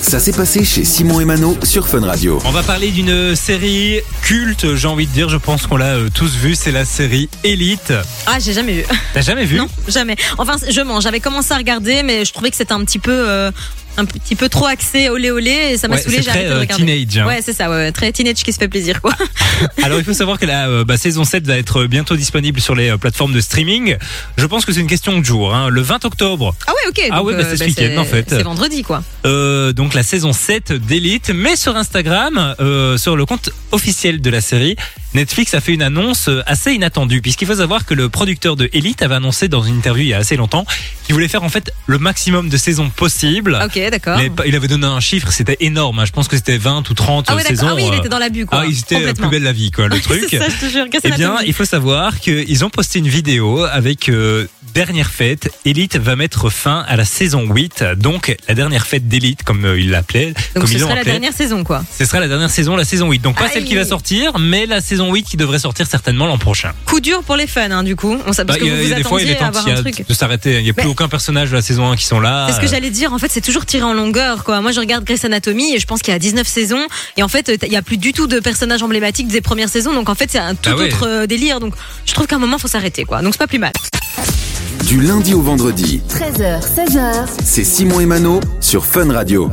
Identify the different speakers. Speaker 1: Ça s'est passé chez Simon et Mano sur Fun Radio.
Speaker 2: On va parler d'une série culte, j'ai envie de dire, je pense qu'on l'a euh, tous vue, c'est la série Elite.
Speaker 3: Ah, j'ai jamais vu.
Speaker 2: T'as jamais vu
Speaker 3: Non, jamais. Enfin, je mens. J'avais commencé à regarder, mais je trouvais que c'était un petit peu, euh, un petit peu trop axé olé olé et ça m'a
Speaker 2: Ouais,
Speaker 3: saoulé.
Speaker 2: c'est
Speaker 3: J'ai
Speaker 2: très,
Speaker 3: arrêté de
Speaker 2: euh,
Speaker 3: regarder.
Speaker 2: teenage, hein.
Speaker 3: Ouais, c'est ça. ouais, ouais, très teenage qui se fait plaisir, quoi.
Speaker 2: Alors il faut savoir que la euh, bah, saison 7 va être bientôt disponible sur les euh, plateformes de streaming. Je pense que c'est une question de jour. hein. Le 20 octobre,
Speaker 3: Ah ouais, ok.
Speaker 2: Ah
Speaker 3: donc,
Speaker 2: ouais, bah, c'est ce week-end, en fait.
Speaker 3: C'est vendredi, quoi.
Speaker 2: euh, donc la saison 7 d'Elite, mais sur Instagram, euh, sur le compte officiel de la série, Netflix a fait une annonce euh, assez inattendue, puisqu'il faut savoir que le producteur de Elite avait annoncé dans une interview il y a assez longtemps qu'il voulait faire en fait le maximum de saisons possible.
Speaker 3: Ok, d'accord.
Speaker 2: Mais pas- il avait donné un chiffre, c'était énorme. hein. Je pense que c'était 20 ou 30
Speaker 3: Ah ouais,
Speaker 2: saisons.
Speaker 3: d'accord. Ah oui, il
Speaker 2: euh,
Speaker 3: était dans l'abus, quoi.
Speaker 2: ah, ils étaient euh,
Speaker 3: Complètement.
Speaker 2: plus belle la vie, quoi, le truc.
Speaker 3: c'est ça, je te jure. que c'est
Speaker 2: Eh
Speaker 3: la
Speaker 2: bien,
Speaker 3: comédie.
Speaker 2: il faut savoir qu'ils ont posté une vidéo avec euh, Dernière fête. Elite va mettre fin à la saison 8, donc la dernière fête d'Elite, comme euh, ils l'appelaient.
Speaker 3: Donc
Speaker 2: comme
Speaker 3: ce
Speaker 2: ils l'ont
Speaker 3: sera la
Speaker 2: appelée.
Speaker 3: dernière saison, quoi.
Speaker 2: Ce sera la dernière saison, la saison 8. Donc pas
Speaker 3: Aïe.
Speaker 2: celle qui va sortir, mais la saison 8 qui devrait sortir certainement l'an prochain.
Speaker 3: Coup dur pour les fans, hein, du coup. On s'appelle
Speaker 2: Bah,
Speaker 3: parce que
Speaker 2: il y a-
Speaker 3: vous
Speaker 2: il y
Speaker 3: vous
Speaker 2: a des fois, il
Speaker 3: attendiez
Speaker 2: est
Speaker 3: à
Speaker 2: temps
Speaker 3: avoir
Speaker 2: qu'il y
Speaker 3: un
Speaker 2: a-
Speaker 3: truc.
Speaker 2: de s'arrêter. Il n'y a plus
Speaker 3: Mais-
Speaker 2: aucun personnage de la saison 1 qui sont là. euh,
Speaker 3: C'est ce que j'allais dire. En fait, c'est toujours tiré en longueur, quoi. Moi, je regarde Grey's Anatomy et je pense qu'il y a 19 saisons. Et en fait, il n'y a plus du tout de personnages emblématiques des premières saisons. Donc, en fait, c'est un tout
Speaker 2: Ah ouais.
Speaker 3: autre euh, délire. Donc, je trouve qu'à un moment, faut s'arrêter, quoi. Donc, c'est pas plus mal.
Speaker 1: Du lundi au vendredi,
Speaker 4: 13h, 16h,
Speaker 1: c'est Simon et Mano sur Fun Radio.